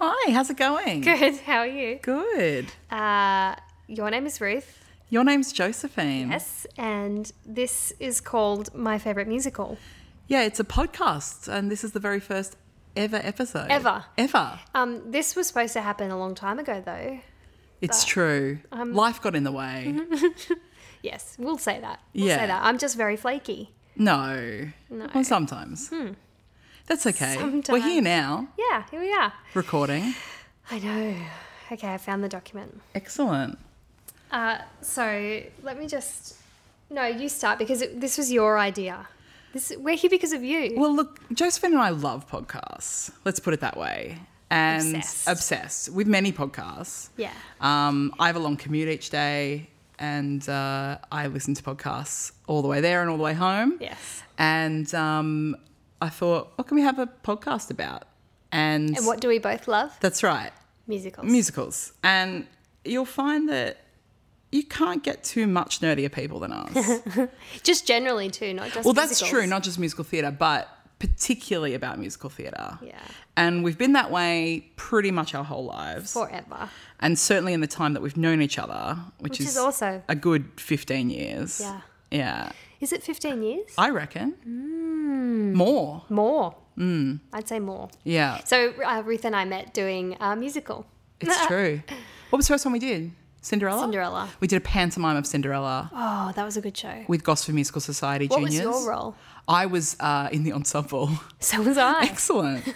Hi, how's it going? Good. How are you? Good. Uh, your name is Ruth. Your name's Josephine. Yes. And this is called My Favorite Musical. Yeah, it's a podcast, and this is the very first ever episode. Ever. Ever. Um, this was supposed to happen a long time ago, though. It's true. Life got in the way. Mm-hmm. Yes, we'll say that. We'll Yeah. say that. I'm just very flaky. No. Well, sometimes. That's okay. We're here Hmm. Sometimes. now, Yeah, here we are. recording. I know. Okay, I found the document. Excellent. Uh, so let me just. No, you start because it, this was your idea. This we're here because of you. Well, look, Josephine and I love podcasts. Let's put it that way. And Obsessed. obsessed with many podcasts. yeah. Um, I have a long commute each day, and uh, I listen to podcasts all the way there and all the way home. Yes. And um, I thought, what can we have a podcast about? And, And what do we both love? that's right, Musicals. musicals. And you'll find that you can't get too much nerdier people than us. Just generally too, not just. well, that's musicals. true, not just musical theatre, but particularly about musical theatre. Yeah. And we've been that way pretty much our whole lives. forever. and certainly in the time that we've known each other, which, Which is also- a good 15 years. Yeah. Yeah. Is it 15 years? I reckon. Mm. More. More. Mm. I'd say more. Yeah. So uh, Ruth and I met doing a musical. It's true. What was the first one we did? Cinderella? Cinderella. We did a pantomime of Cinderella Oh, that was a good show. with Gosford Musical Society What was juniors. your role? I was uh, in the ensemble. So was I. Excellent.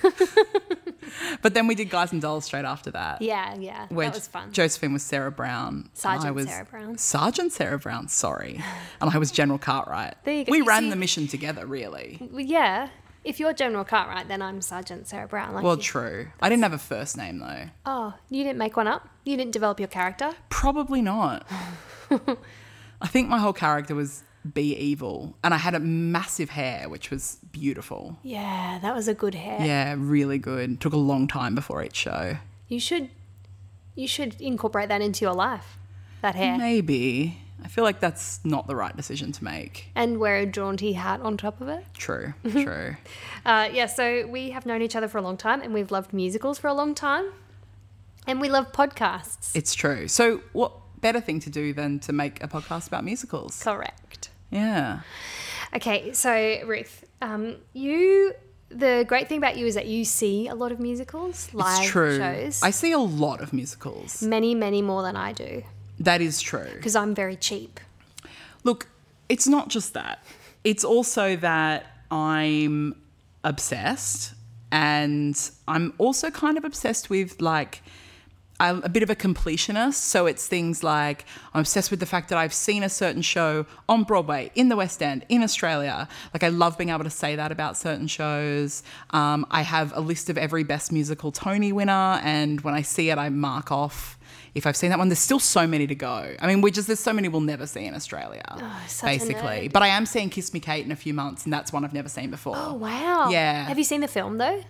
but then we did Guys and Dolls straight after that. Yeah, yeah. where that was fun. Josephine was Sarah Brown. and Sergeant I was Sarah Brown. Sergeant Sarah Brown, sorry. And I was General Cartwright. There you go. We You ran see- the mission together, really. Well, yeah. If you're General Cartwright, then I'm Sergeant Sarah Brown. Like Well, you- true. I didn't have a first name, though. oh, you didn't make one up? You didn't develop your character? Probably not. I think my whole character was be evil. And I had a massive hair, which was beautiful. Yeah, that was a good hair. Yeah, really good. Took a long time before each show. You should you should incorporate that into your life. That hair. Maybe. I feel like that's not the right decision to make. And wear a jaunty hat on top of it. True, true. Uh, yeah, so we have known each other for a long time and we've loved musicals for a long time. And we love podcasts. It's true. So, what better thing to do than to make a podcast about musicals? Correct. Yeah. Okay, so Ruth, um, you the great thing about you is that you see a lot of musicals, live it's true. shows. I see a lot of musicals. many, many more than I do That is true. because I'm very cheap. Look, it's not just that. It's also that I'm obsessed and I'm also kind of obsessed with like I'm a bit of a completionist, so it's things like I'm obsessed with the fact that I've seen a certain show on Broadway, in the West End, in Australia. Like I love being able to say that about certain shows. Um, I have a list of every Best Musical Tony winner, and when I see it, I mark off if I've seen that one. There's still so many to go. I mean, we just there's so many we'll never see in Australia, Oh, such a basically. But I am seeing Kiss Me Kate in a few months, and that's one I've never seen before. Oh wow! Yeah. Have you seen the film though?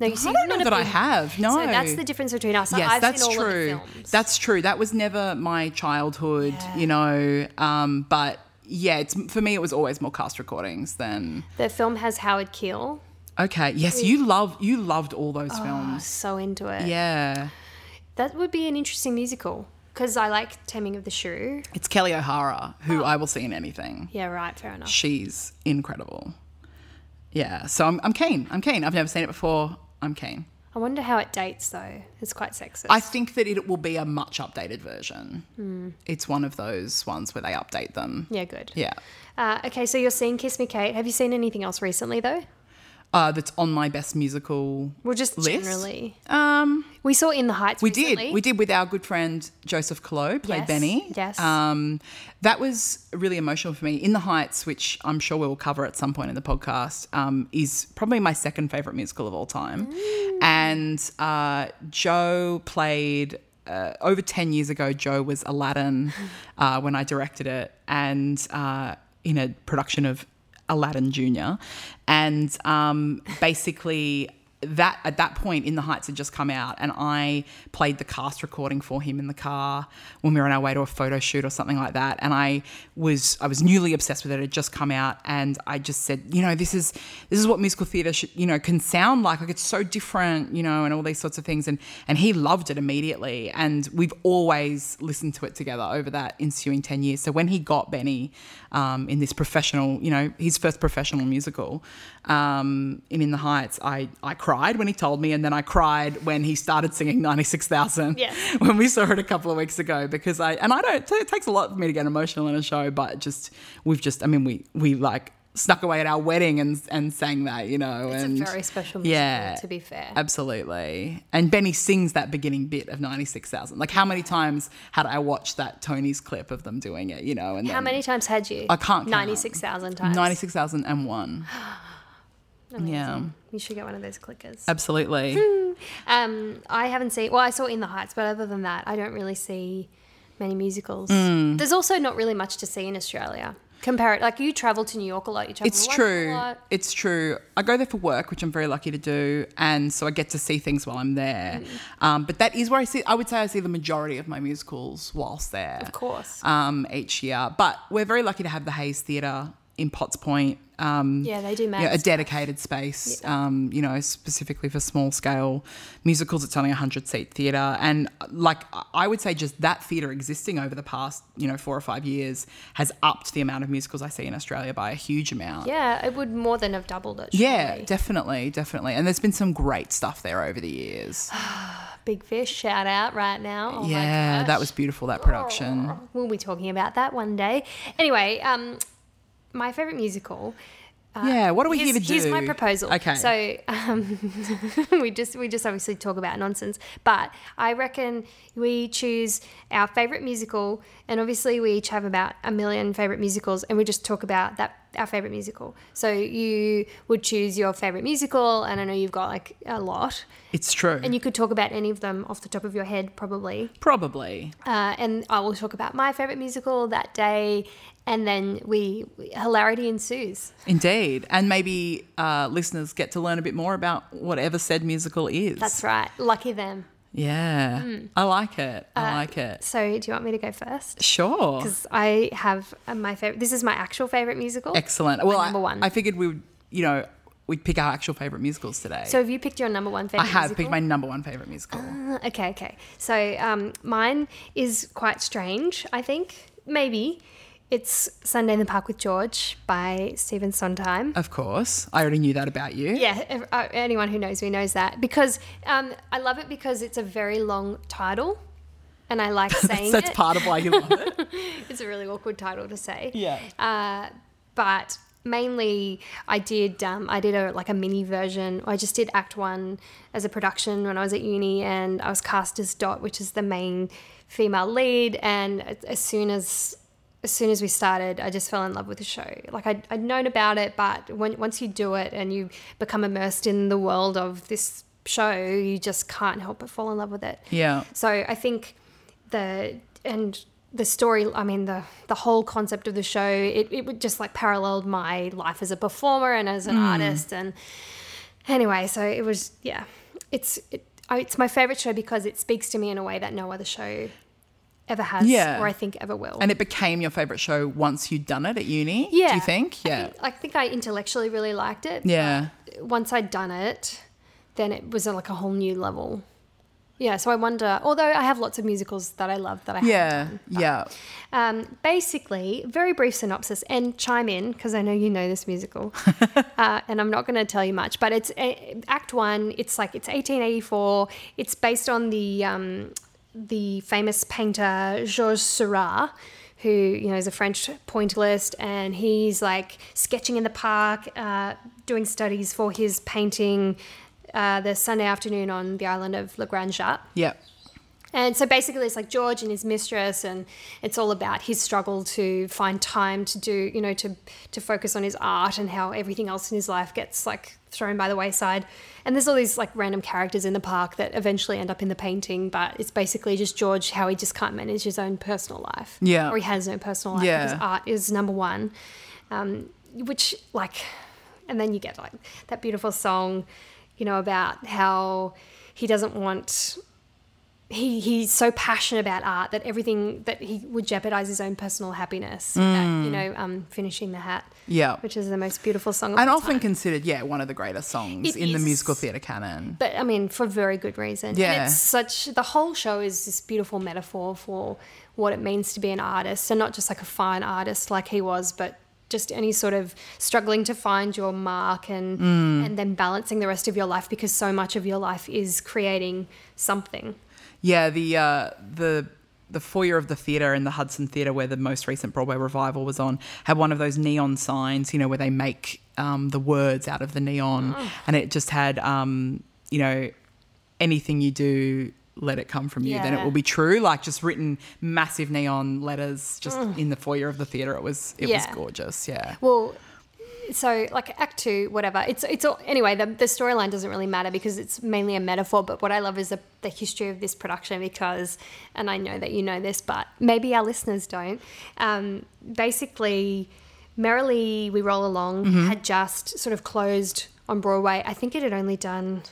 No, you I see. don't know that I have. No, So that's the difference between us. Yes, I've that's seen all true. Of the films. That's true. That was never my childhood, you know. Um, but yeah, it's for me. It was always more cast recordings than. the film has Howard Keel. Okay. Yes, you love you loved all those I'm films. so into it. Yeah, That would be an interesting musical because I like Taming of the Shrew. it's Kelly O'Hara who Oh. I will see in anything. Yeah, right. Fair enough. She's incredible. Yeah, so I'm, I'm keen. I'm keen. I've never seen it before. I'm keen. I wonder how it dates though. It's quite sexist. I think that it will be a much updated version. It's one of those ones where they update them. yeah, good. Yeah. Uh, okay, so you're seeing Kiss Me Kate. Have you seen anything else recently though? Uh, that's on my best musical Well, just List? generally. Um, We saw In the Heights. we recently. did. We did with our good friend Joseph Colo, played Yes, Benny. yes. Um, that was really emotional for me. In the Heights, which I'm sure we'll cover at some point in the podcast, um, is probably my second favorite musical of all time. Mm. And uh, Joe played. Uh, over 10 years ago, Joe was Aladdin uh, when I directed it, and uh, in a production of Aladdin Jr. And um, basically, that at that point in the heights had just come out and i played the cast recording for him in the car when we were on our way to a photo shoot or something like that and i was i was newly obsessed with it it had just come out and i just said you know this is this is what musical theater should you know can sound like like it's so different you know and all these sorts of things and and he loved it immediately and we've always listened to it together over that ensuing 10 years so when he got benny um, in this professional you know his first professional musical um, in in the heights i i cried when he told me and then i cried when he started singing 96000 Yes. when we saw it a couple of weeks ago because i and i don't it takes a lot for me to get emotional in a show but just we've just i mean we we like snuck away at our wedding and and sang that you know It's a and very special musical, yeah to be fair. Absolutely. And Benny sings that beginning bit of 96,000. Like, how many times had I watched that Tony's clip of them doing it, you know? And How then many times had you? Um, I can't count. 96,000 times. 96,001. Amazing. Hmm, yeah. You should get one of those clickers. Absolutely. Um, I haven't seen. Well, I saw In the Heights, but other than that, I don't really see many musicals. Hmm. There's also not really much to see in Australia. Compare it, like you travel to New York a lot. You travel. It's to London A true. lot. It's true. I go there for work, which I'm very lucky to do, and so I get to see things while I'm there. Hmm. Um, but that is where I see. I would say I see the majority of my musicals whilst there, of course. um, each year. But we're very lucky to have the Hayes Theatre in Potts Point. Um, Yeah, they do mad yeah, a stuff. dedicated space. Um, you know, specifically for small scale musicals. It's only a hundred seat theatre, and like I would say, just that theatre existing over the past you know four or five years has upped the amount of musicals I see in Australia by a huge amount. Yeah, it would more than have doubled it. Yeah, surely. definitely, definitely. And there's been some great stuff there over the years. Big Fish, shout out right now. Oh my yeah, gosh. that was beautiful that production. We'll be talking about that one day. Anyway, um, my favorite musical. yeah, what are we Oh, uh, here's, here to do? here's my proposal. Okay. So um, we just we just obviously talk about nonsense, but I reckon we choose our favorite musical, and obviously we each have about a million favorite musicals, and we just talk about that our favorite musical. So you would choose your favorite musical, and I know you've got like a lot, it's true. and you could talk about any of them off the top of your head, probably. Probably. Uh, and I will talk about my favorite musical that day, and then we hilarity ensues. Indeed. And maybe uh, listeners get to learn a bit more about whatever said musical is. That's right. Lucky them. yeah. Hmm. I like it. I Uh, like it. So, do you want me to go first? Sure. Because I have uh, my favorite. This is my actual favorite musical. Excellent. Well, I- number one. I, figured we would, you know, we'd pick our actual favorite musicals today. so, have you picked your number one favorite? I have musical? picked my number one favorite musical. Uh, Okay, okay. So, um, mine is quite strange. I think maybe it's Sunday in the Park with George by Stephen Sondheim. of course. I already knew that about you. Yeah, ev- uh, anyone who knows me knows that because um, I love it because it's a very long title, and I like saying That's it. part of why you love it. Um, It's a really awkward title to say. Yeah. Uh, but mainly, I did um, I did a like a mini version. I just did Act One as a production when I was at uni, and I was cast as Dot, which is the main female lead. And a- as soon as as soon as we started, I just fell in love with the show. Like I'd, I'd known about it, but when, once you do it and you become immersed in the world of this show, you just can't help but fall in love with it. Yeah. So I think the and the story, I mean the the whole concept of the show, it, it would just like paralleled my life as a performer and as Hmm. an artist and anyway, so it was yeah, it's it, I- it's my favorite show because it speaks to me in a way that no other show ever has Yeah. or I think ever will. And it became your favorite show once you'd done it at uni. Do Yeah. you think? I Yeah. think- I think I intellectually really liked it. yeah. Once I'd done it, then it was on like a whole new level. Yeah, so I wonder. Although I have lots of musicals that I love that I haven't Yeah. Yeah. Um, basically, very brief synopsis and chime in because I know you know this musical, uh, and I'm not going to tell you much. But it's uh, Act One. It's like it's 1884. It's based on the um, the famous painter Georges Seurat, who you know is a French pointillist, and he's like sketching in the park, uh, doing studies for his painting. Uh, the Sunday afternoon on the island of La Grande Jatte. Yeah. And so basically, it's like George and his mistress, and it's all about his struggle to find time to do, you know, to to focus on his art and how everything else in his life gets like thrown by the wayside. And there's all these like random characters in the park that eventually end up in the painting, but it's basically just George how he just can't manage his own personal life, Yeah. or he has no personal life Yeah. because art is number one, um, which like, and then you get like that beautiful song. you know, about how he doesn't want he he's so passionate about art that everything that he would jeopardize his own personal happiness. with that, Mm. you know, um, finishing the hat, Yeah. which is the most beautiful song. Of and all often time. considered, yeah, one of the greatest songs It in the is. musical theatre canon. but I mean, for very good reason. And Yeah. it's such the whole show is this beautiful metaphor for what it means to be an artist, and not just like a fine artist like he was, but just any sort of struggling to find your mark and Mm. and then balancing the rest of your life because so much of your life is creating something. Yeah, the uh, the the foyer of the theatre in the Hudson Theatre, where the most recent Broadway revival was on, had one of those neon signs, you know, where they make um, the words out of the neon, Oh. and it just had, um, you know, anything you do, let it come from you, then it Yeah. will be true. Like just written massive neon letters, just in the foyer of the theatre. It was it was Yeah. gorgeous. Yeah, Well, so like Act Two, whatever. It's it's all anyway. The, the storyline doesn't really matter because it's mainly a metaphor. But what I love is the, the history of this production because, and I know that you know this, but maybe our listeners don't. Um, basically, merrily we roll along Mm-hmm. had just sort of closed on Broadway. I think it had only done.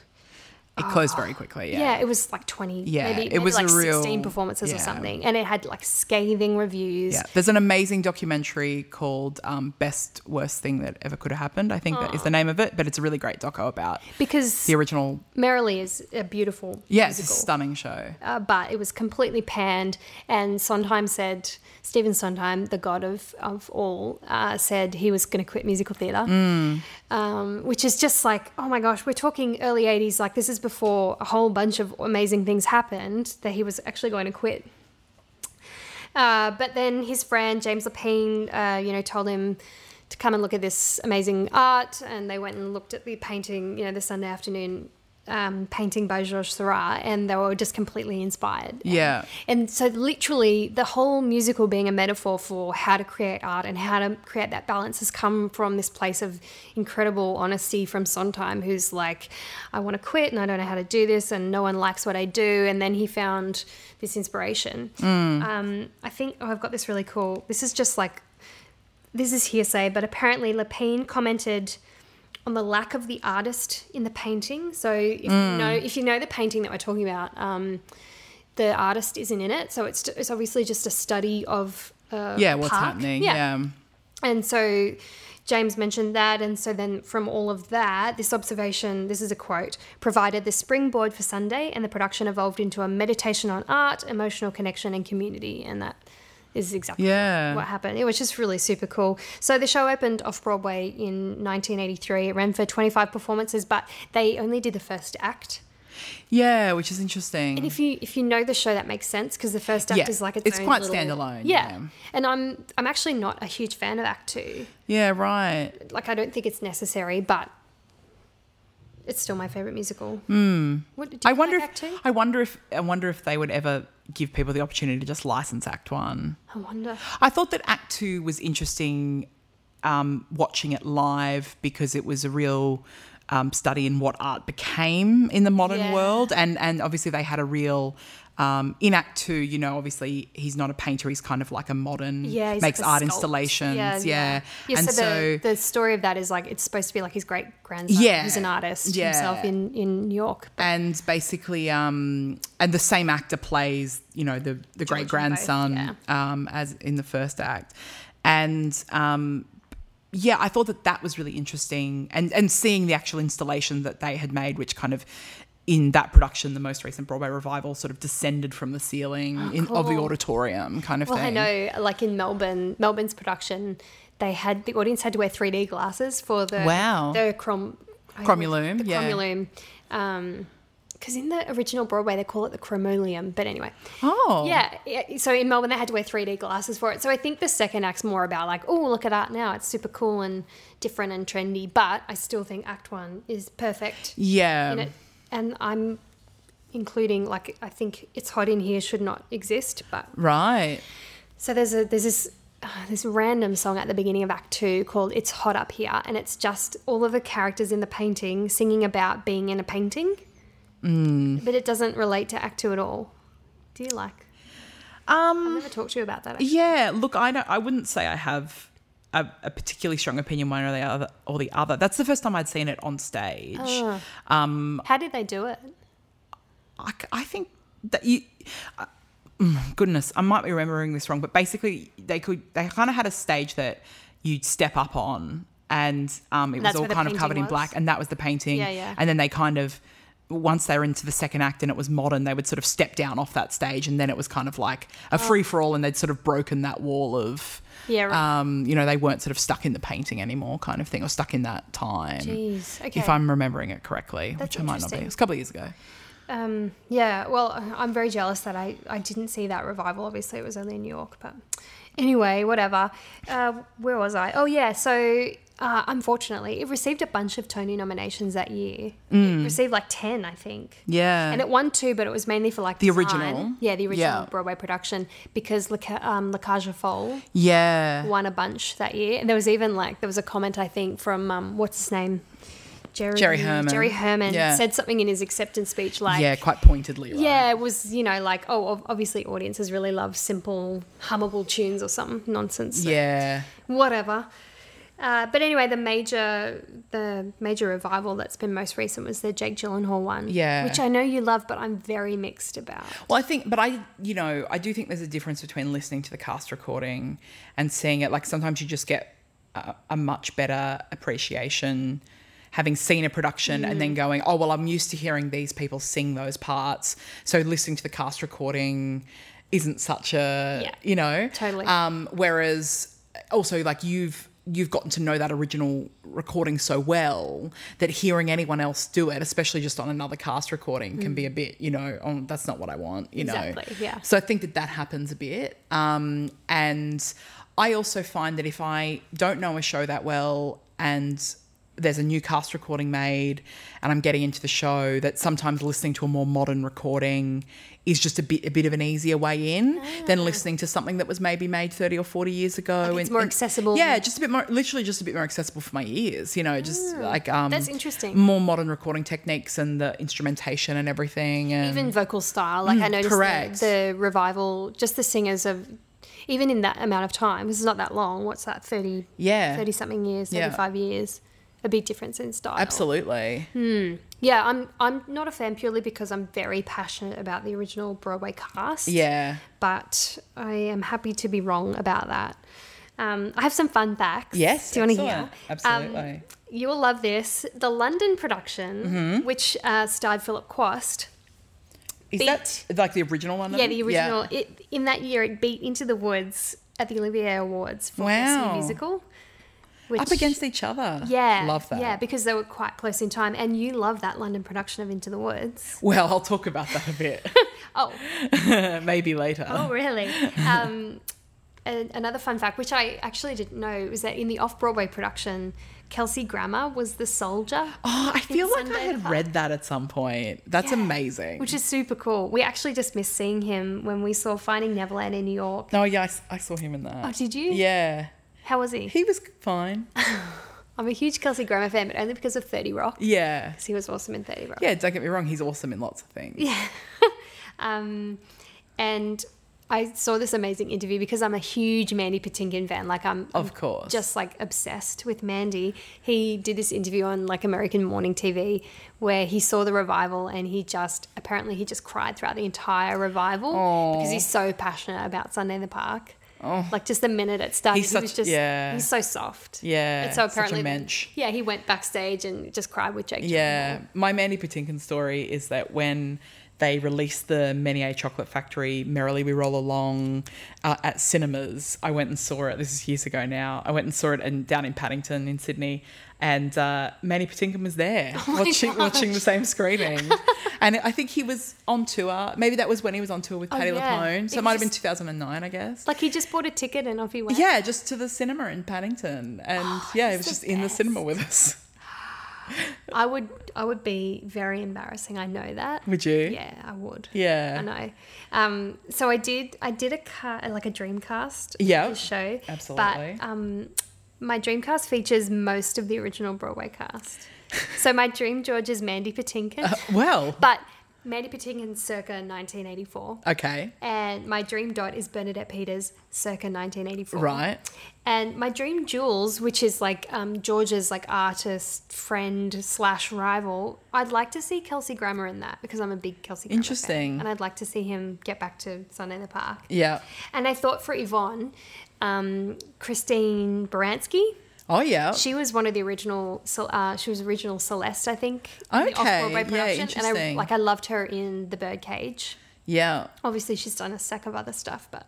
it closed very quickly. Yeah, it was like twenty. Yeah, maybe, it maybe was like a real- sixteen performances or yeah. something, and it had like scathing reviews. Yeah, there's an amazing documentary called um, "Best Worst Thing That Ever Could Have Happened." I think that is the name of it, but it's a really great doco about Because the original. Merrily is a beautiful Yeah, it's a musical. stunning show. uh, but it was completely panned. And Sondheim said, Stephen Sondheim, the god of, of all, uh, said he was going to quit musical theatre, um, which is just like, oh my gosh, we're talking early 80s. Like, this is before a whole bunch of amazing things happened that he was actually going to quit. Uh, but then his friend James Lapine, uh, you know, told him to come and look at this amazing art, and they went and looked at the painting, you know, the Sunday afternoon um, painting by Georges Seurat, and they were just completely inspired. Yeah. And so, literally, the whole musical being a metaphor for how to create art and how to create that balance has come from this place of incredible honesty from Sondheim, who's like, I want to quit and I don't know how to do this, and no one likes what I do. And then he found this inspiration. Um, I think, oh, I've got this really cool. This is just like, this is hearsay, but apparently Lapine commented on the lack of the artist in the painting. So if Mm. you know if you know the painting that we're talking about, um, the artist isn't in it. So it's it's obviously just a study of uh, Yeah, what's park. happening? Yeah. And so James mentioned that. And so then from all of that, this observation, this is a quote, provided the springboard for Sunday, and the production evolved into a meditation on art, emotional connection, and community. And that is exactly Yeah. what happened. It was just really super cool. So the show opened off Broadway in 1983. It ran for 25 performances, but they only did the first act. Yeah, which is interesting. And if you if you know the show, that makes sense because the first act Yeah, is like its, it's own quite little- standalone, Yeah. yeah. and I'm I'm actually not a huge fan of Act Two. yeah, right. Like I don't think it's necessary, but it's still my favorite musical. What, do you Hmm. I wonder like Act if Two? I wonder if I wonder if they would ever give people the opportunity to just license Act One. I wonder. I thought that Act Two was interesting um, watching it live because it was a real um, study in what art became in the modern Yeah. world, and and obviously they had a real. Um, in Act Two, you know, obviously he's not a painter; he's kind of like a modern, Yeah, he's makes like a art sculpt. installations, yeah, Yeah, and so, so, the, the story of that is like it's supposed to be like his great grandson, Yeah. who's an artist Yeah. himself in in New York. and basically, um, and the same actor plays, you know, the the great grandson both, um, as in the first act, and um, yeah, I thought that that was really interesting, and and seeing the actual installation that they had made, which kind of in that production, the most recent Broadway revival, sort of descended from the ceiling in, of the Oh, cool. auditorium, kind of Well, I thing. know, like in Melbourne, Melbourne's production, they had the audience had to wear 3D glasses for the Wow. the chrom I- Chromulume, the yeah. chromulume. Um, because in the original Broadway they call it the chromoleum, but anyway, Oh, yeah, yeah. So in Melbourne they had to wear 3D glasses for it. So I think the second act's more about like, oh, look at art now; it's super cool and different and trendy. But I still think Act One is perfect yeah. in it, and I'm including like I think it's hot in here should not exist, but Right. so there's a there's this uh, this random song at the beginning of Act Two called "It's Hot Up Here," and it's just all of the characters in the painting singing about being in a painting, mm. but it doesn't relate to Act Two at all. Do you like? Um, I've never talked to you about that. actually. Yeah, look, I don't. I wouldn't say I have a, a particularly strong opinion one or the other. Or the other. That's the first time I'd seen it on stage. Um, How did they do it? I, c- I think that you. I- mm, Goodness, I might be remembering this wrong, but basically they could they kind of had a stage that you'd step up on, and um, it was That's all where the kind of painting covered in was? black, and that was the painting. Yeah, yeah. And then they kind of once they were into the second act and it was modern, they would sort of step down off that stage, and then it was kind of like a free for all, and they'd sort of broken that wall of. Oh. Yeah, right. Um, you know, they weren't sort of stuck in the painting anymore, kind of thing, or stuck in that time. Jeez, okay. If I'm remembering it correctly, That's which I might not be. interesting. It was a couple of years ago. Um, yeah, well, I'm very jealous that I, I didn't see that revival. Obviously, it was only in New York, but anyway, whatever. Uh, where was I? Oh, yeah, so uh, unfortunately, it received a bunch of Tony nominations that year. It received like 10, I think. Mm. Yeah. And it won two, but it was mainly for like The design. original? Yeah, the original Yeah. Broadway production because La, Ca- um, La Cage aux Folles yeah. won a bunch that year. And there was even like there was a comment I think from um, what's his name, Jerry Jerry Herman. Jerry Herman Yeah. said something in his acceptance speech like. yeah, quite pointedly. Right? Yeah, it was, you know, like, oh, ob- obviously audiences really love simple, hummable tunes or some nonsense. Yeah. Whatever. Uh, but anyway, the major the major revival that's been most recent was the Jake Gyllenhaal one. Yeah. Which I know you love, but I'm very mixed about. Well, I think, but I, you know, I do think there's a difference between listening to the cast recording and seeing it. Like sometimes you just get a, a much better appreciation having seen a production and Mm. then going, oh, well, I'm used to hearing these people sing those parts. So listening to the cast recording isn't such a, Yeah. you know, Totally. Um, whereas also like you've, You've gotten to know that original recording so well that hearing anyone else do it, especially just on another cast recording, can be a bit, you know, oh, that's not what I want, you you know. Mm. Exactly, yeah. So I think that that happens a bit. Um, and I also find that if I don't know a show that well and there's a new cast recording made and I'm getting into the show, that sometimes listening to a more modern recording is just a bit a bit of an easier way in than listening to something that was maybe made 30 or 40 years ago. Ah. it's more accessible. Yeah, just a bit more, literally just a bit more accessible for my ears, you know, just like. Um, Ah, That's interesting. More modern recording techniques and the instrumentation and everything. And Even vocal style, like I noticed the- Um, Mm, correct. The, revival, just the singers of, even in that amount of time, this is not that long. What's that? Thirty, yeah. thirty something years, Yeah. thirty five years. A big difference in style. Absolutely. Hmm. Yeah, I'm I'm not a fan purely because I'm very passionate about the original Broadway cast. Yeah. But I am happy to be wrong about that. Um, I have some fun facts. Yes. Do you want to hear? Um, excellent. Absolutely. You will love this. The London production, Mm-hmm. which uh, starred Philip Quast. Is beat- that like the original one? of Yeah, them? the original. It, in that year, it beat Into the Woods at the Olivier Awards for Wow. Best New Musical. Which, Up against each other. Yeah. Love that. Yeah, because they were quite close in time. And you love that London production of Into the Woods. Well, I'll talk about that a bit. Oh, Maybe later. Oh, really? Um, a- another fun fact, which I actually didn't know, was that in the off Broadway production, Kelsey Grammer was the soldier. Oh, I feel like I Sunday had Park. read that at some point. That's Yeah. amazing. Which is super cool. We actually just missed seeing him when we saw Finding Neverland in New York. oh, yeah, I s- I, saw him in that. Oh, did you? Yeah. How was he? He was fine. I'm a huge Kelsey Grammer fan, but only because of 30 Rock. Yeah. 'cause he was awesome in 30 Rock. Yeah, don't get me wrong. He's awesome in lots of things. Um, and I saw this amazing interview because I'm a huge Mandy Patinkin fan. Like I'm, I'm Of course. just like obsessed with Mandy. He did this interview on like American morning TV where he saw the revival and he just apparently he just cried throughout the entire revival Aw. Oh. because he's so passionate about Sunday in the Park. Like just the minute it started, He's he was such- just yeah. he's so soft. Yeah, and so such a apparently, mensch. yeah, he went backstage and just cried with Jake. Yeah, my Mandy Patinkin story is that when they released the Menier Chocolate Factory, Merrily We Roll Along uh, at cinemas, I went and saw it. This is years ago now. I went and saw it in, down in Paddington in Sydney, and uh, Mandy Patinkin was there Oh watching watching the same screening. and I think he was on tour. Maybe that was when he was on tour with Oh, Paddy yeah. LaPone. So It it might was have been just- 2009, I guess. Like he just bought a ticket and off he went. Yeah, just to the cinema in Paddington. And yeah, he was the just in the best. cinema with us. I would I would be very embarrassing. I know that. Would you? Yeah, I would. Yeah. I know. Um, so I did I did a car like a Dreamcast Yeah, of the show. absolutely. But um, my Dreamcast features most Oh. of the original Broadway cast. so my dream George is Mandy Patinkin. Well, But Mandy Patinkin circa 1984. Okay. And my dream dot is Bernadette Peters circa 1984. Right. And my dream jewels, which is like um, George's like artist friend slash rival, I'd like to see Kelsey Grammer in that because I'm a big Kelsey. Grammer fan. Interesting. and I'd like to see him get back to Sunday in the Park. Yeah. And I thought for Yvonne, um, Christine Baranski. Oh yeah. She was one of the original. Cel- Uh, she was original Celeste, I think. in the Okay, off-Broadway And yeah, I interesting. like I loved her in The Birdcage. yeah. Obviously, she's done a stack of other stuff, but.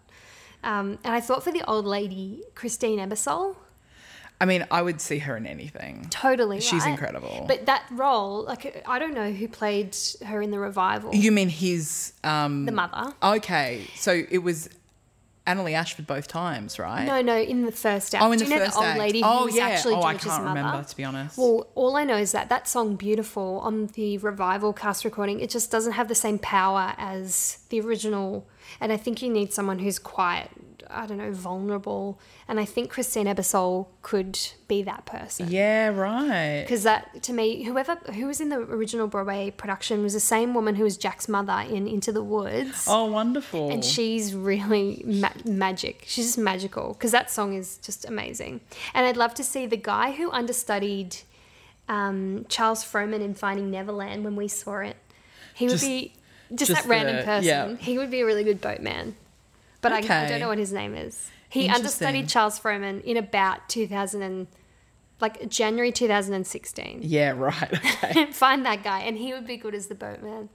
Um, and I thought for the old lady, Christine Ebersole. I mean, I would see her in anything. Totally. She's right? incredible. But that role, like, I don't know who played her in the revival. You mean his um the mother. Okay. So it was Annalie Ashford both times, right? No, no, in the first act. Oh, in Do the you know first the old act. lady who Oh, was yeah. actually Oh, I George's can't mother? remember, to be honest. Well, all I know is that that song "Beautiful" on the revival cast recording, it just doesn't have the same power as the original. And I think you need someone who's quiet, I don't know, vulnerable. And I think Christine Ebersole could be that person. Yeah, right. Because that, to me, whoever who was in the original Broadway production was the same woman who was Jack's mother in Into the Woods. Oh, wonderful. And she's really ma- magic. She's just magical because that song is just amazing. And I'd love to see the guy who understudied um, Charles Frohman in Finding Neverland when we saw it. He would Just- be just, just that random the- person. yeah. He would be a really good boatman. But I, I Okay. don't know what his name is. He Interesting. understudied Charles Frohman in about 2000 and like January 2016. yeah, right. Okay. Find that guy, and he would be good as the boatman.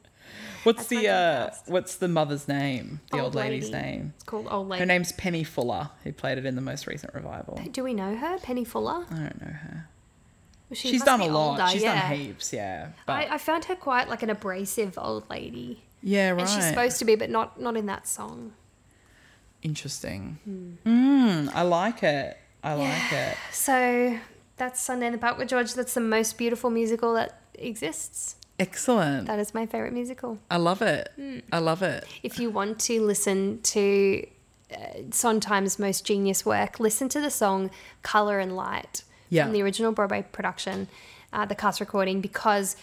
What's That's my the uh, podcast. what's the mother's name? The old, lady's lady. name. It's called Old Lady. Her name's Penny Fuller, who played it in the most recent revival. Do we know her? Penny Fuller? I don't know her. She She's must done a be lot. older, She's yeah. done heaps, yeah. But I, I found her quite like an abrasive old lady. yeah, right. And she's supposed Hmm. to be, but not not in that song. Interesting. Mm, I like it. I like it. So that's Sunday in the Park with George. That's the most beautiful musical that exists. Excellent. That Hmm. is my favorite musical. I love it. I love it. If you want to listen to uh, Sondheim's most genius work, listen to the song "Color and Light" Yeah. from the original Broadway production, uh, the cast recording, because.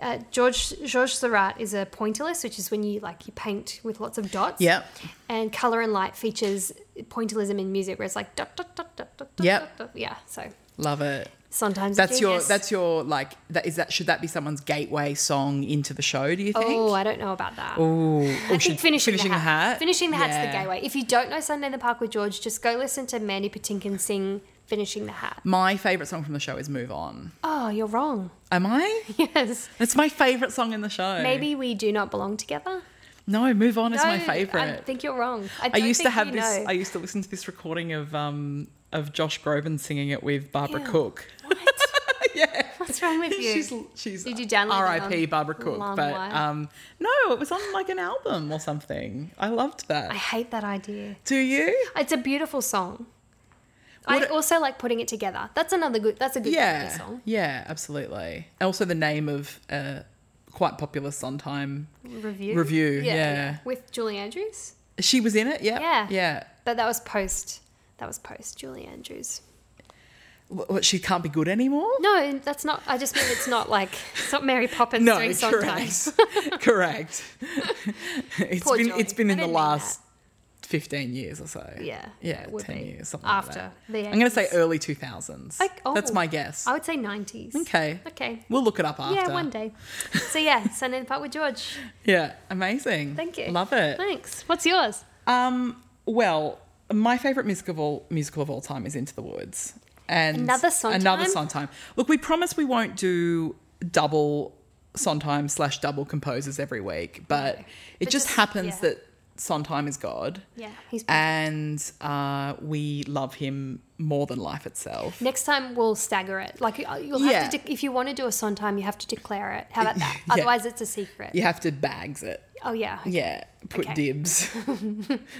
Uh, George Georges Seurat is a pointillist, which is when you like you paint with lots of dots. Yep. and color and light features pointillism in music where it's like dot dot dot dot dot dot, Yep. dot, dot. yeah so Love it. sometimes a That's your genius- that's your like that is that should that be someone's gateway song into the show, do you think? oh i don't know about that Ooh. I Oh, should- think finishing, the, hat. Finishing the hat's Yeah. the gateway. If you don't know Sunday in the Park with George, just go listen to Mandy Patinkin sing Finishing the Hat. My favourite song from the show is Move On. Oh, you're wrong. Am I? Yes. That's my favourite song in the show. Maybe we do not belong together. No, Move On is Oh. my No, I favourite. think you're wrong. I, I don't used to think have you this know. I used to listen to this recording of um of Josh Groban singing it with Barbara Ew. Cook. What's wrong with you? she's she's Did you download it R.I.P. on Barbara Cook, but LimeWire? um, no, it was on like an album or something. I loved that. I hate that idea. Do you? It's a beautiful song. I What- also like putting it together. That's another good. That's a good Yeah, Broadway song. yeah, absolutely. And Also, the name of a quite popular Sondheim. Review. Review, yeah. With Julie Andrews, She was in it. Yeah, Yeah. yeah. but that was post. That was post Julie Andrews. Wh- What, she can't be good anymore. No, that's not. I just mean it's not like it's not Mary Poppins doing sometimes. correct. correct. It's Poor been Johnny. it's been I in the didn't mean that. last fifteen years or so. Yeah, yeah, it would ten be. years something After Like that. the I'm going to say 80s. early two thousands. Like, oh. That's my guess. I would say nineties. Okay. Okay. We'll look it up after. Yeah, one day. So yeah, Sunday in the Park with George. Yeah, amazing. Thank you. Love it. Thanks. What's yours? Um, well, my favorite musical of all, musical of all time is Into the Woods, and Another Sondheim? Another Sondheim. Look, we promise we won't do double Sondheim slash double composers every week, but it But just, just- happens yeah. that Sondheim is God, Yeah, he's. and uh, we love him more than life itself. Next time we'll stagger it. Like uh, you'll have Yeah. to, de- if you want to do a Sondheim, you have to declare it. How about that? Yeah. Otherwise, it's a secret. You have to bags it. Oh yeah. Yeah, put Okay. dibs,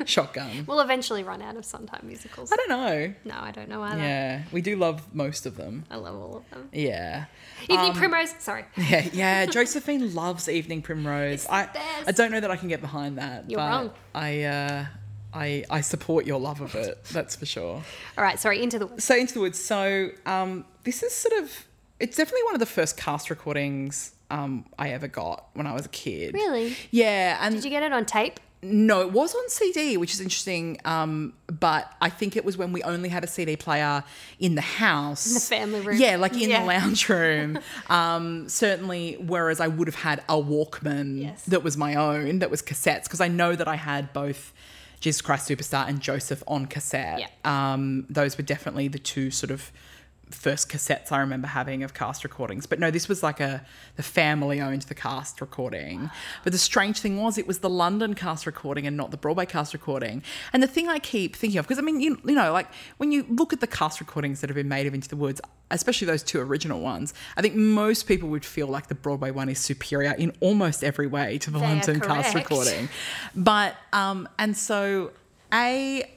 shotgun. We'll eventually run out of Sondheim musicals. I don't know. No, I don't know either. Yeah, we do love most of them. I love all of them. Yeah. Evening Primrose. Sorry, Um, Yeah, yeah. Josephine loves Evening Primrose. the I, best. I don't know that I can get behind that. You're but wrong. I, uh, I, I support your love of it. That's for sure. All right, sorry. Into the Woods. So into the woods. So um, this is sort of it's definitely one of the first cast recordings um, I ever got when I was a kid. Really? Yeah. And Did you get it on tape? no, it was on CD, which is interesting. Um, but I think it was when we only had a CD player in the house, in the family room. Yeah, like in Yeah. the lounge room. um, certainly, whereas I would have had a Walkman Yes. that was my own, that was cassettes, because I know that I had both Jesus Christ Superstar and Joseph on cassette. Um, those were definitely the two sort of first cassettes I remember having of cast recordings. But no, this was like a the family owned the cast recording. But the strange thing was it was the London cast recording and not the Broadway cast recording. And the thing I keep thinking of because I mean you, you know like when you look at the cast recordings that have been made of Into the Woods, especially those two original ones, I think most people would feel like the Broadway one is superior in almost every way to the They are London cast correct. recording. But um and so a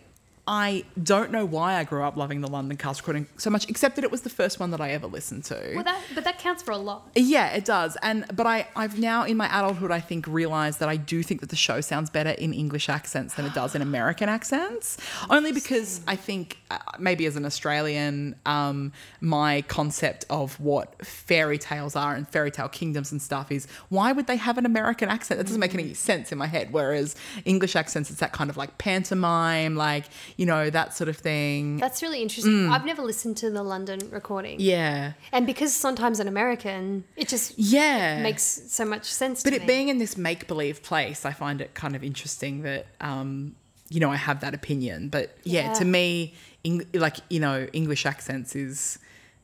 I don't know why I grew up loving the London cast recording so much, except that it was the first one that I ever listened to. Well, that but that counts for a lot. yeah, it does. And but I, I've now in my adulthood I think realized that I do think that the show sounds better in English accents than it does in American accents. Only because I think uh, maybe as an Australian, um, my concept of what fairy tales are and fairy tale kingdoms and stuff is why would they have an American accent? That doesn't make any sense in my head. Whereas English accents, it's that kind of like pantomime, like you know that sort of thing. That's really interesting. I've never listened to the London recording, Mm. Yeah. and because sometimes an American, it just Yeah. makes so much sense. But to it me. being in this make believe place, I find it kind of interesting that, um, you know, I have that opinion. But yeah, Yeah. to me, Eng- like, you know, English accents is,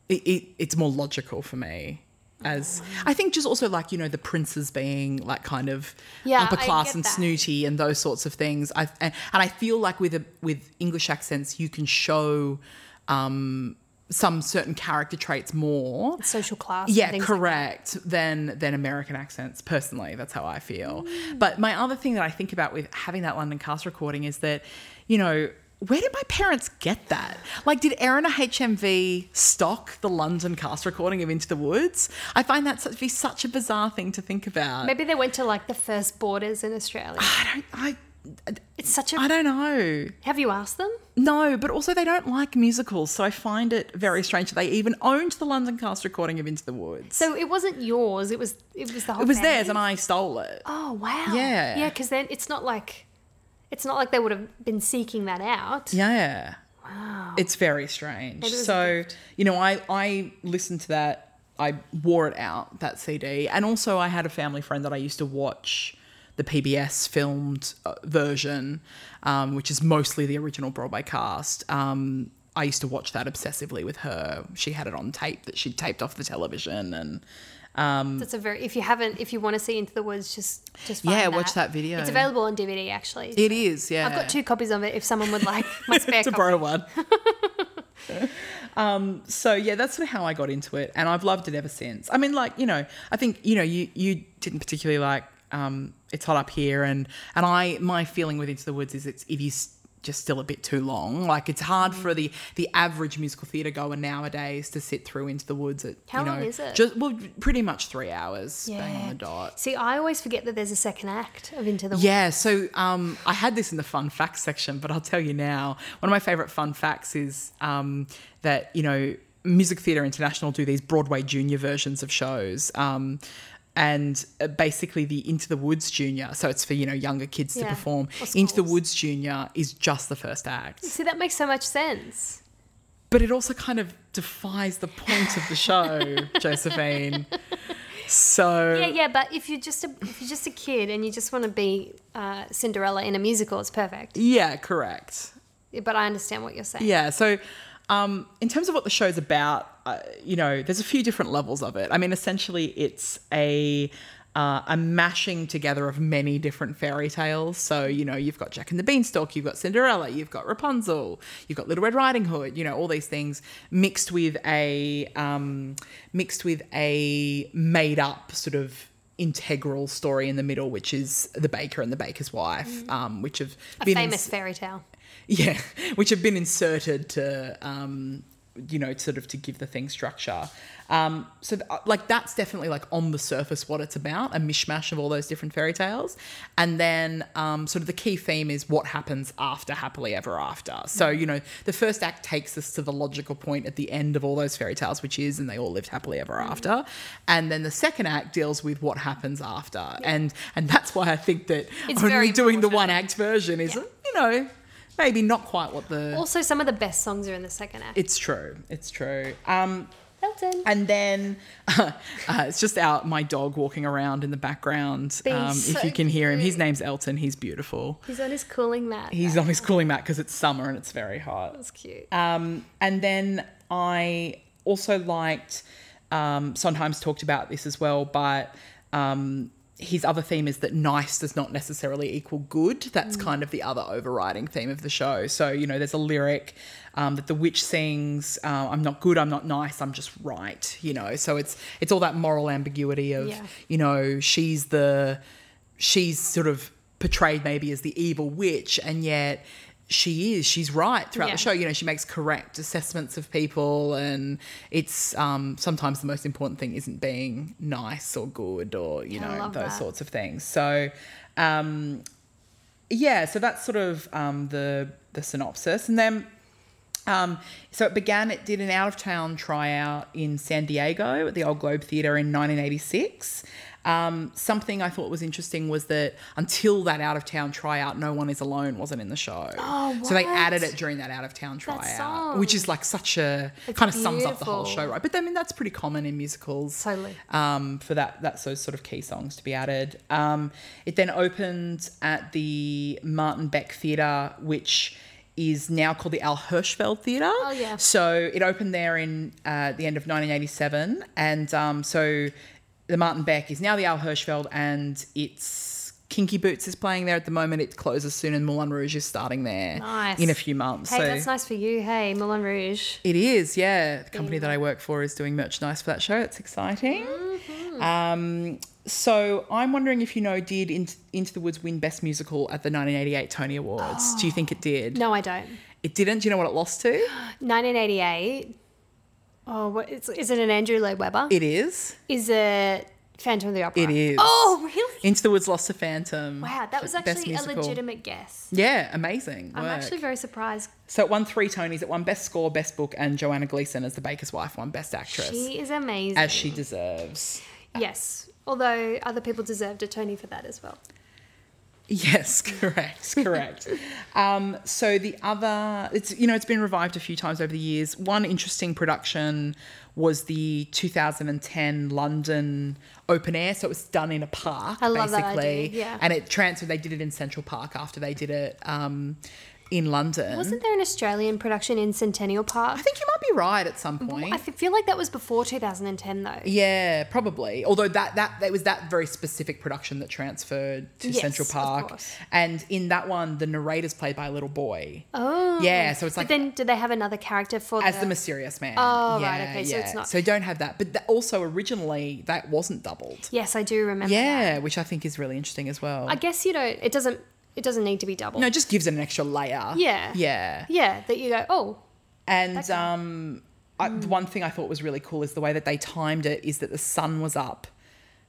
it, it, it's more logical for me. As I think, just also like you know, the princes being like kind of Yeah, upper I class get and that. snooty and those sorts of things. I and, and I feel like with a, with English accents, you can show um, some certain character traits more social class, and yeah things like correct than than american accents personally that's how i feel but my other thing that i think about with having that london cast recording is that you know where did my parents get that? Like, did Erin or HMV stock the London cast recording of Into the Woods? I find that such, be such a bizarre thing to think about. Maybe they went to like the first borders in Australia. I don't, I, It's such a. I don't know. have you asked them? No, but also they don't like musicals, so I find it very strange that they even owned the London cast recording of Into the Woods. So it wasn't yours. It was. It was the whole. It was family? theirs, and I stole it. Oh wow. Yeah. Yeah, because then it's not like, it's not like they would have been seeking that out. Yeah. Wow. It's very strange. It is a So, you know, I, I listened to that. I wore it out, that CD. And also, I had a family friend that I used to watch the PBS filmed uh, version, um, which is mostly the original Broadway cast. Um, I used to watch that obsessively with her. She had it on tape that she'd taped off the television. And That's a very. If you haven't, if you want to see Into the Woods, just just find Yeah, that. watch that video. It's available on DVD actually. it is, yeah. I've got two copies of it. If someone would like my spare to copy. borrow one. um, so yeah, that's sort of how I got into it, and I've loved it ever since. I mean, like you know, I think you know you you didn't particularly like um, it's hot up here, and and I my feeling with Into the Woods is it's it is just still a bit too long. Like it's hard Mm-hmm. for the the average musical theatre goer nowadays to sit through Into the Woods at How you know, long is it? Just, well, pretty much three hours, bang on the dot. See, I always forget that there's a second act of Into the Woods. Yeah, so um, I had this in the fun facts section, but I'll tell you now. One of my favorite fun facts is um, that, you know, Music Theatre International do these Broadway junior versions of shows. Um, and uh, basically, the Into the Woods Junior, so it's for, you know, younger kids to Yeah, perform. or Into the schools. Woods Junior is just the first act. See, that makes so much sense. But it also kind of defies the point of the show, Josephine. So. Yeah, yeah, but if you're just a if you're just a kid and you just want to be uh, Cinderella in a musical, it's perfect. yeah, correct. But I understand what you're saying. Yeah. So, um, in terms of what the show's about, uh, you know, there's a few different levels of it. I mean, essentially, it's a uh, a mashing together of many different fairy tales. So, you know, you've got Jack and the Beanstalk, you've got Cinderella, you've got Rapunzel, you've got Little Red Riding Hood. You know, all these things mixed with a um, mixed with a made up sort of integral story in the middle which is the baker and the baker's wife um, which have A been in- famous fairy tale. yeah, which have been inserted to um, you know, sort of to give the thing structure. Um, so, th- like, that's definitely like on the surface what it's about a mishmash of all those different fairy tales. And then, um, sort of, the key theme is what happens after Happily Ever After. So, Mm. you know, the first act takes us to the logical point at the end of all those fairy tales, which is, and they all lived happily ever Mm. after. And then the second act deals with what happens after. And and that's why I think that It's only very doing the important. one act version is, you know, maybe not quite what the. Also, some of the best songs are in the second act. it's true. It's true. Um, Elton. and then uh, it's just out my dog walking around in the background. Being Um, so if you can hear him, his name's Elton. He's beautiful. He's on his cooling mat. He's on his cooling mat because it's summer and it's very hot. That's cute. Um, and then I also liked. Um, Sondheim's talked about this as well, but um, his other theme is that nice does not necessarily equal good. That's kind of the other overriding theme of the show. So you know, there's a lyric um, that the witch sings. Uh, I'm not good. I'm not nice. I'm just right. You know, so it's it's all that moral ambiguity of Yeah. you know she's the she's sort of portrayed maybe as the evil witch and yet she is she's right throughout Yeah. the show you know she makes correct assessments of people and it's um, sometimes the most important thing isn't being nice or good or you Yeah, I know love those that. sorts of things so um, yeah so that's sort of um, the the synopsis and then um, so it began, it did an out of town tryout in San Diego at the Old Globe Theatre in 1986. Um, something I thought was interesting was that until that out of town tryout, No One Is Alone wasn't in the show. Oh, So they what? added it during that out of town tryout, song. which is like such a It's kind of sums up the whole beautiful. show, right? But I mean, that's pretty common in musicals Totally. um, for that that's those sort of key songs to be added. Um, it then opened at the Martin Beck Theatre, which is now called the Al Hirschfeld Theatre. Oh, yeah. So it opened there in uh, the end of 1987, and um, so the Martin Beck is now the Al Hirschfeld, and it's Kinky Boots is playing there at the moment. It closes soon, and Moulin Rouge is starting there Nice. in a few months. hey, so that's nice for you. Hey, Moulin Rouge. it is, yeah. The company Mm. that I work for is doing merchandise for that show. It's exciting. Mm-hmm. Um, so I'm wondering if you know, did Into, Into the Woods win Best Musical at the 1988 Tony Awards? Do you think it did? No, I don't. It didn't. Do you know what it lost to? 1988. Oh, what, it's, is it an Andrew Lloyd Webber? It is. Is it Phantom of the Opera? It is. Oh, really? Into the Woods lost to Phantom. Wow, that was for Best actually a Musical. legitimate guess. Yeah, amazing. I'm work. actually very surprised. so it won three Tonys. It won Best Score, Best Book, and Joanna Gleason as the Baker's Wife won Best Actress, She is amazing. as she deserves. yes. Although other people deserved a Tony for that as well. Yes, correct, correct. um, so the other, it's you know, it's been revived a few times over the years. One interesting production was the 2010 London open air, so it was done in a park, I love that basically, idea, yeah. and it transferred. They did it in Central Park after they did it um, in London. Wasn't there an Australian production in Centennial Park? I think you might be right at some point. I f- feel like that was before 2010, though. Yeah, probably. Although that that that was that very specific production that transferred to Yes, Central of Park, course. and in that one, the narrator's played by a little boy. Oh. Yeah, so it's like- But then, do they have another character for as the, the mysterious man. Oh, right, okay, so it's not- So don't have that. But that also originally that wasn't doubled. Yes, I do remember. that. Yeah, which I think is really interesting as well. I guess you don't. It doesn't. It doesn't need to be double. no, it just gives it an extra layer. Yeah. Yeah. Yeah, that you go. Oh, And Okay. Hmm. um, I, the one thing I thought was really cool is the way that they timed it is that the sun was up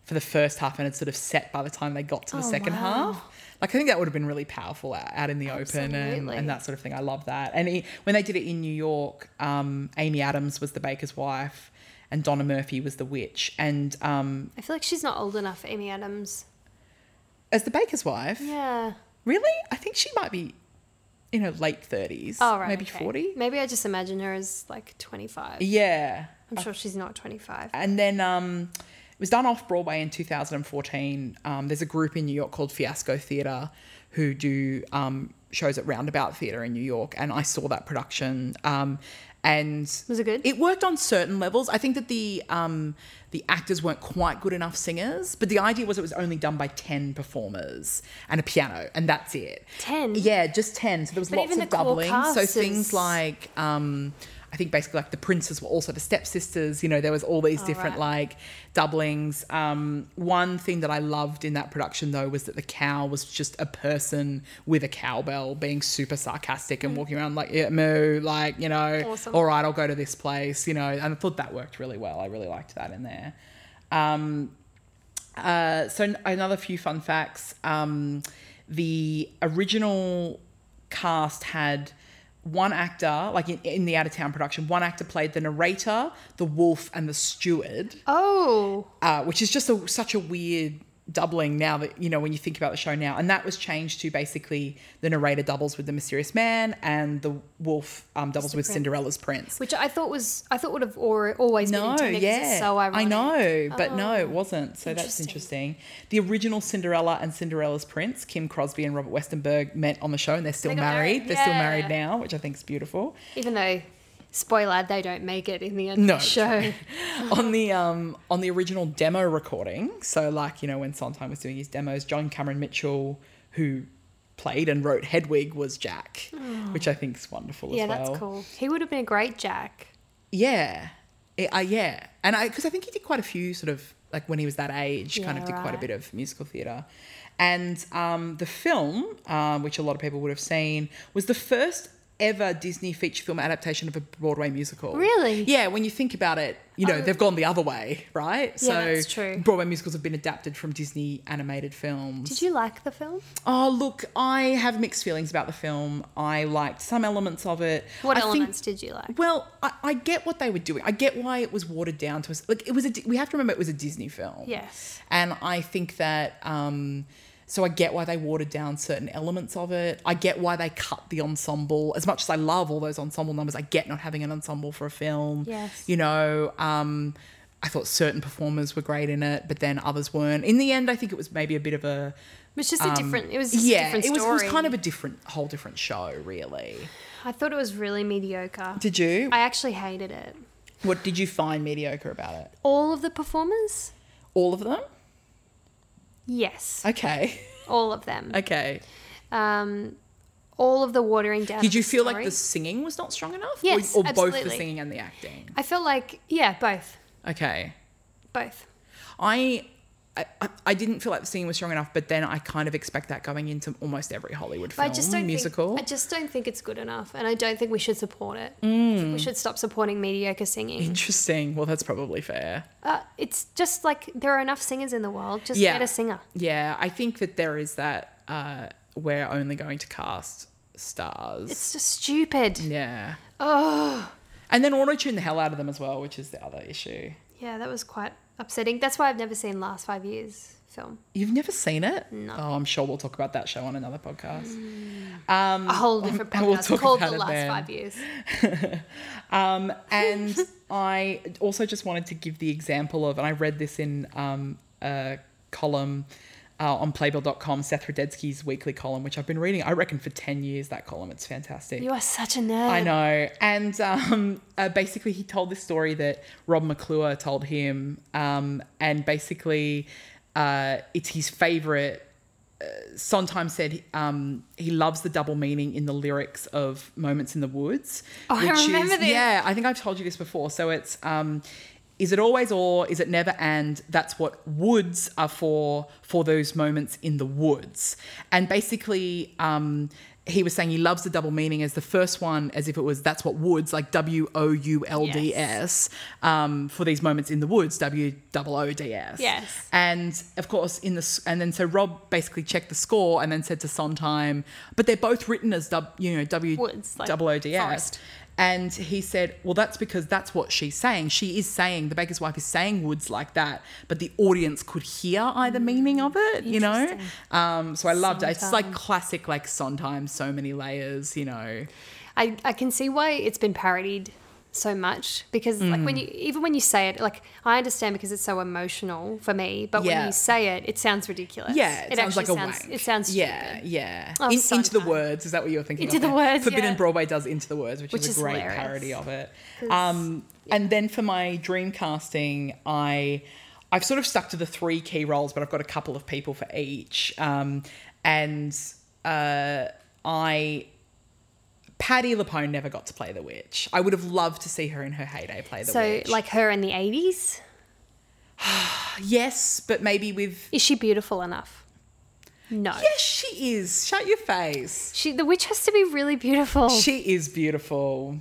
for the first half and it's sort of set by the time they got to the Oh, second wow. half. Like I think that would have been really powerful out, out in the open and, Absolutely. and that sort of thing. I love that. And he, when they did it in New York, um, Amy Adams was the baker's wife, and Donna Murphy was the witch. And um, I feel like she's not old enough, Amy Adams. as the baker's wife, Yeah. really, I think she might be in her late thirties, Oh right. maybe okay. forty. Maybe I just imagine her as like 25. Yeah, I'm sure she's not 25. And then um, it was done off Broadway in 2014. Um, there's a group in New York called Fiasco Theatre who do um, shows at Roundabout Theatre in New York, and I saw that production. Um, and Was it good? It worked on certain levels. I think that the um, the actors weren't quite good enough singers, but the idea was it was only done by ten performers and a piano, and that's it. 10? Yeah, just ten. So there was But lots even of the core doubling. So cast things is- like um, I think basically like the princes were also the stepsisters. You know, there was all these different right. like doublings. Um, one thing that I loved in that production though was that the cow was just a person with a cowbell being super sarcastic and walking around like, yeah, moo, like, you know, Awesome. all right, I'll go to this place, you know, and I thought that worked really well. I really liked that in there. Um, Uh, so n- another few fun facts. Um, the original cast had one actor, like in, in the out of town production, one actor played the narrator, the wolf, and the steward, Oh, uh, which is just a, such a weird doubling now that you know when you think about the show now. And that was changed to basically the narrator doubles with the mysterious man, and the wolf um, doubles the with prince. Cinderella's prince. which I thought was I thought would have or, always been No, intended 'cause yeah, it's so ironic. Oh. I know, but no, it wasn't. So that's interesting. The original Cinderella and Cinderella's Prince, Kim Crosby and Robert Westenberg, met on the show, and they're still They got married. married, They're still yeah. married now, which I think is beautiful. Even though, spoiler, they don't make it in the end No, of the show. on the um on the original demo recording, so like you know when Sondheim was doing his demos, John Cameron Mitchell, who played and wrote Hedwig, was Jack, which I think is wonderful Hmm. Yeah, as well. that's cool. He would have been a great Jack. Yeah. It, uh, yeah. And I, because I think he did quite a few sort of, like when he was that age, kind Yeah, of did quite a right. bit of musical theatre. And um, the film, um, which a lot of people would have seen, was the first ever Disney feature film adaptation of a Broadway musical. Really? Yeah, when you think about it, you know, Oh. they've gone the other way, right? that's true. Broadway musicals have been adapted from Disney animated films. Did you like the film? Oh, look, I have mixed feelings about the film. I liked some elements of it. What I think- elements did you like? well, I, I get what they were doing. I get why it was watered down to us. Like it was a, Di- we have to remember it was a Disney film. Yes. And I think that um so I get why they watered down certain elements of it. I get why they cut the ensemble. As much as I love all those ensemble numbers, I get not having an ensemble for a film. Yes. You know, um I thought certain performers were great in it, but then others weren't. In the end, I think it was maybe a bit of a It was just a different. It was just a Um, yeah. different It was, it story. was kind of a different, whole different show, really. I thought it was really mediocre. Did you? I actually hated it. what did you find mediocre about it? All of the performers? All of them? Yes, Okay. all of them. Okay. Um, all of the watering down. Did of you feel like story. the singing was not strong enough? Yes, Or, or both the absolutely. singing and the acting? I felt like yeah, both, Okay. both. I. I, I- I didn't feel like the singing was strong enough, but then I kind of expect that going into almost every Hollywood But film I just don't musical. Think, I just don't think it's good enough, and I don't think we should support it. We should stop supporting mediocre singing. Mm. Interesting. Well, that's probably fair. Uh, it's just like there are enough singers in the world. Just Yeah. get a singer. Yeah, I think that there is that uh, we're only going to cast stars. It's just stupid. yeah, Oh, and then auto tune the hell out of them as well, which is the other issue. yeah, that was quite upsetting. That's why I've never seen Last Five Years film. You've never seen it? No. Oh, I'm sure we'll talk about that show on another podcast. A whole different and Um, we'll podcast talk called about The it Last then. Five Years. Um, and I also just wanted to give the example of, and I read this in um, a column uh, on Playbill.com, Seth Rudetsky's weekly column, which I've been reading, I reckon, for 10 years, that column. It's fantastic. You are such a nerd. I know. And um, uh, basically, he told this story that Rob McClure told him. Um, and basically, uh, it's his favorite. Uh, Sondheim said um, he loves the double meaning in the lyrics of Moments in the Woods. Oh, I remember is, this. Yeah, I think I've told you this before. So it's. Um, is it always or is it never and that's what woods are for for those moments in the woods and basically um, he was saying he loves the double meaning as the first one as if it was that's what woods like w-o-u-l-d-s E um, for these moments in the woods w-o-o-d-s Yes. E and of course, in the s- and then so Rob basically checked the score and then said to Sondheim, but they're both written as dub, you know W Woods, like double O D E S. forest. And he said, well, that's because that's what she's saying. She is saying the baker's wife is saying woods like that, but the audience could hear either meaning of it, you know. Interesting. Um, so I loved it. It's just like Sondheim. classic, like Sondheim, so many layers, you know. I, I can see why it's been parodied so much because like Mm. when you even when you say it like I understand because it's so emotional for me but Yeah. when you say it it sounds ridiculous Yeah, it, sounds like a actually wank. sounds it sounds yeah, stupid, yeah. Oh, In- into the Sondheim. words is that what you were thinking? Into of the there? words, Forbidden yeah. Broadway does into the words, which, Which is, is a great hilarious. parody of it. 'Cause- Um, and then for my dream casting, I I've sort of stuck to the three key roles, but I've got a couple of people for each, um, and uh, I Patty Lapone never got to play the witch. I would have loved to see her in her heyday play the so witch. like her in the 80s yes, but maybe with is she beautiful enough no yes, she is. Shut your face. she the witch has to be really beautiful She is beautiful.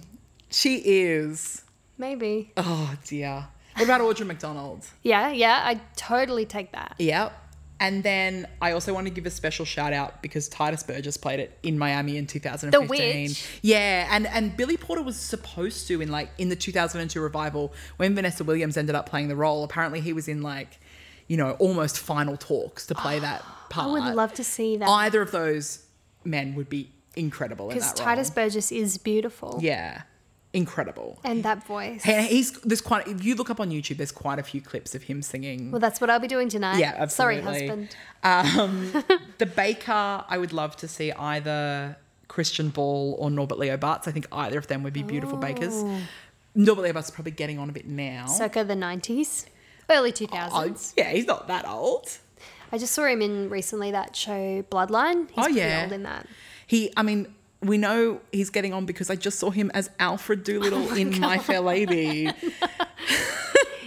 She is. maybe Oh dear. What about Audra McDonald? yeah yeah i totally take that Yep. And then I also want to give a special shout out because Titus Burgess played it in Miami in 2015. Witch? Yeah, and and Billy Porter was supposed to in like in the 2002 revival when Vanessa Williams ended up playing the role. Apparently he was in like, you know, almost final talks to play that part. i would love to see that Either of those men would be incredible in because that titus role. burgess is beautiful Yeah. Incredible. and that voice He- He's there's quite if you look up on YouTube there's quite a few clips of him singing well that's what i'll be doing tonight Yeah, absolutely. Um, sorry husband The Baker, I would love to see either Christian Ball or Norbert Leo Bartz. I think either of them would be beautiful bakers. Oh. Norbert Leo Bartz is probably getting on a bit now. circa the 90s early 2000s Oh, yeah, he's not that old. i just saw him in recently that show bloodline he's Oh, pretty yeah. old in that He, I mean, we know he's getting on because I just saw him as Alfred Oh Doolittle in My Fair Lady.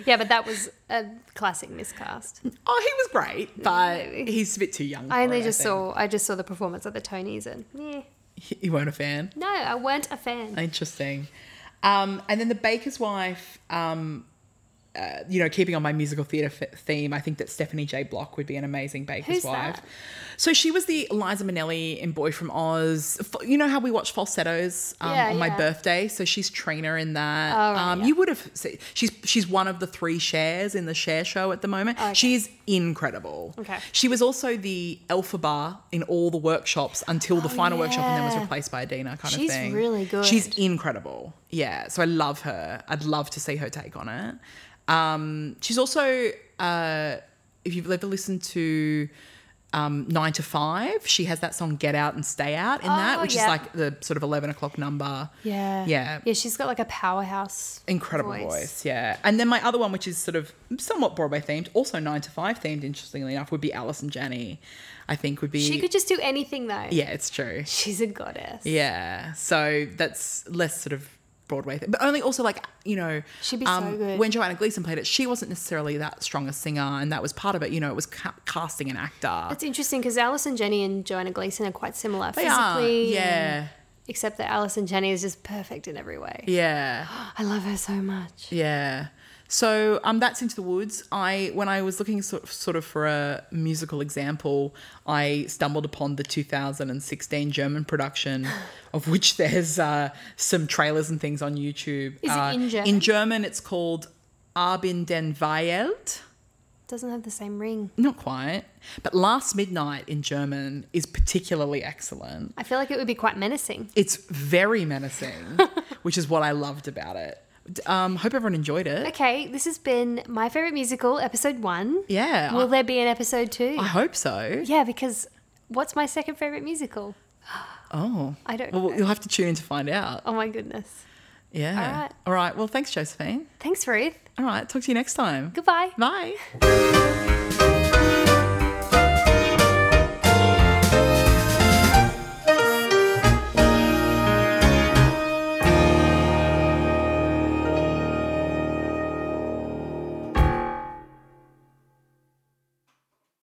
yeah but that was a classic miscast Oh, he was great, but Maybe. he's a bit too young. i for only it, just think. saw i just saw the performance at the tonys and yeah You weren't a fan. no i weren't a fan Interesting. Um, and then the baker's wife, um, uh, you know, keeping on my musical theatre f- theme, I think that Stephanie J. Block would be an amazing baker's Who's wife. that? So she was the Eliza Minnelli in Boy from Oz. F- You know how we watch falsettos um, Yeah, on my yeah. birthday? So she's Trina in that. Oh, right, um, yeah. You would have seen, she's, she's one of the three shares in the share show at the moment. Oh, Okay. She is incredible. Okay. She was also the Alpha Bar in all the workshops until the Oh, final workshop and then was yeah. replaced by Adina kind She's of thing. really good. She's incredible. Yeah, so I love her. I'd love to see her take on it. Um, she's also, uh, if you've ever listened to um, Nine to Five, she has that song "Get Out and Stay Out" in that, Oh, which yeah. is like the sort of eleven o'clock number. yeah Yeah. yeah she's got like a powerhouse Incredible voice. yeah. And then my other one, which is sort of somewhat Broadway themed, also nine to five themed, interestingly enough, would be Alice and Janney. I think would be. she could just do anything though yeah, it's true. she's a goddess Yeah. So that's less sort of Broadway thing. But only also like, you know, um, She'd be so good. when Joanna Gleason played it, she wasn't necessarily that strong a singer and that was part of it. You know, it was ca- casting an actor. It's interesting because Alice and Jenny and Joanna Gleason are quite similar They are. physically. Yeah. and- Except that Alice and Jenny is just perfect in every way. Yeah. I love her so much. Yeah. So um, that's into the woods. I when I was looking sort of, sort of for a musical example, I stumbled upon the 2016 German production, of which there's uh, some trailers and things on YouTube. Is it Uh, in German? In German, it's called Abend den Welt. Doesn't have the same ring. Not quite, but Last Midnight in German is particularly excellent I feel like it would be quite menacing. it's very menacing, which is what I loved about it. D- Um, hope everyone enjoyed it. Okay, this has been my favorite musical, episode one. Yeah, Will I, there be an episode two? I hope so. yeah, because what's my second favorite musical? Oh, I don't Well, know. you'll have to tune in to find out. Oh my goodness. Yeah. All right. All right. Well, thanks, Josephine. Thanks, Ruth. All right. Talk to you next time. Goodbye. Bye.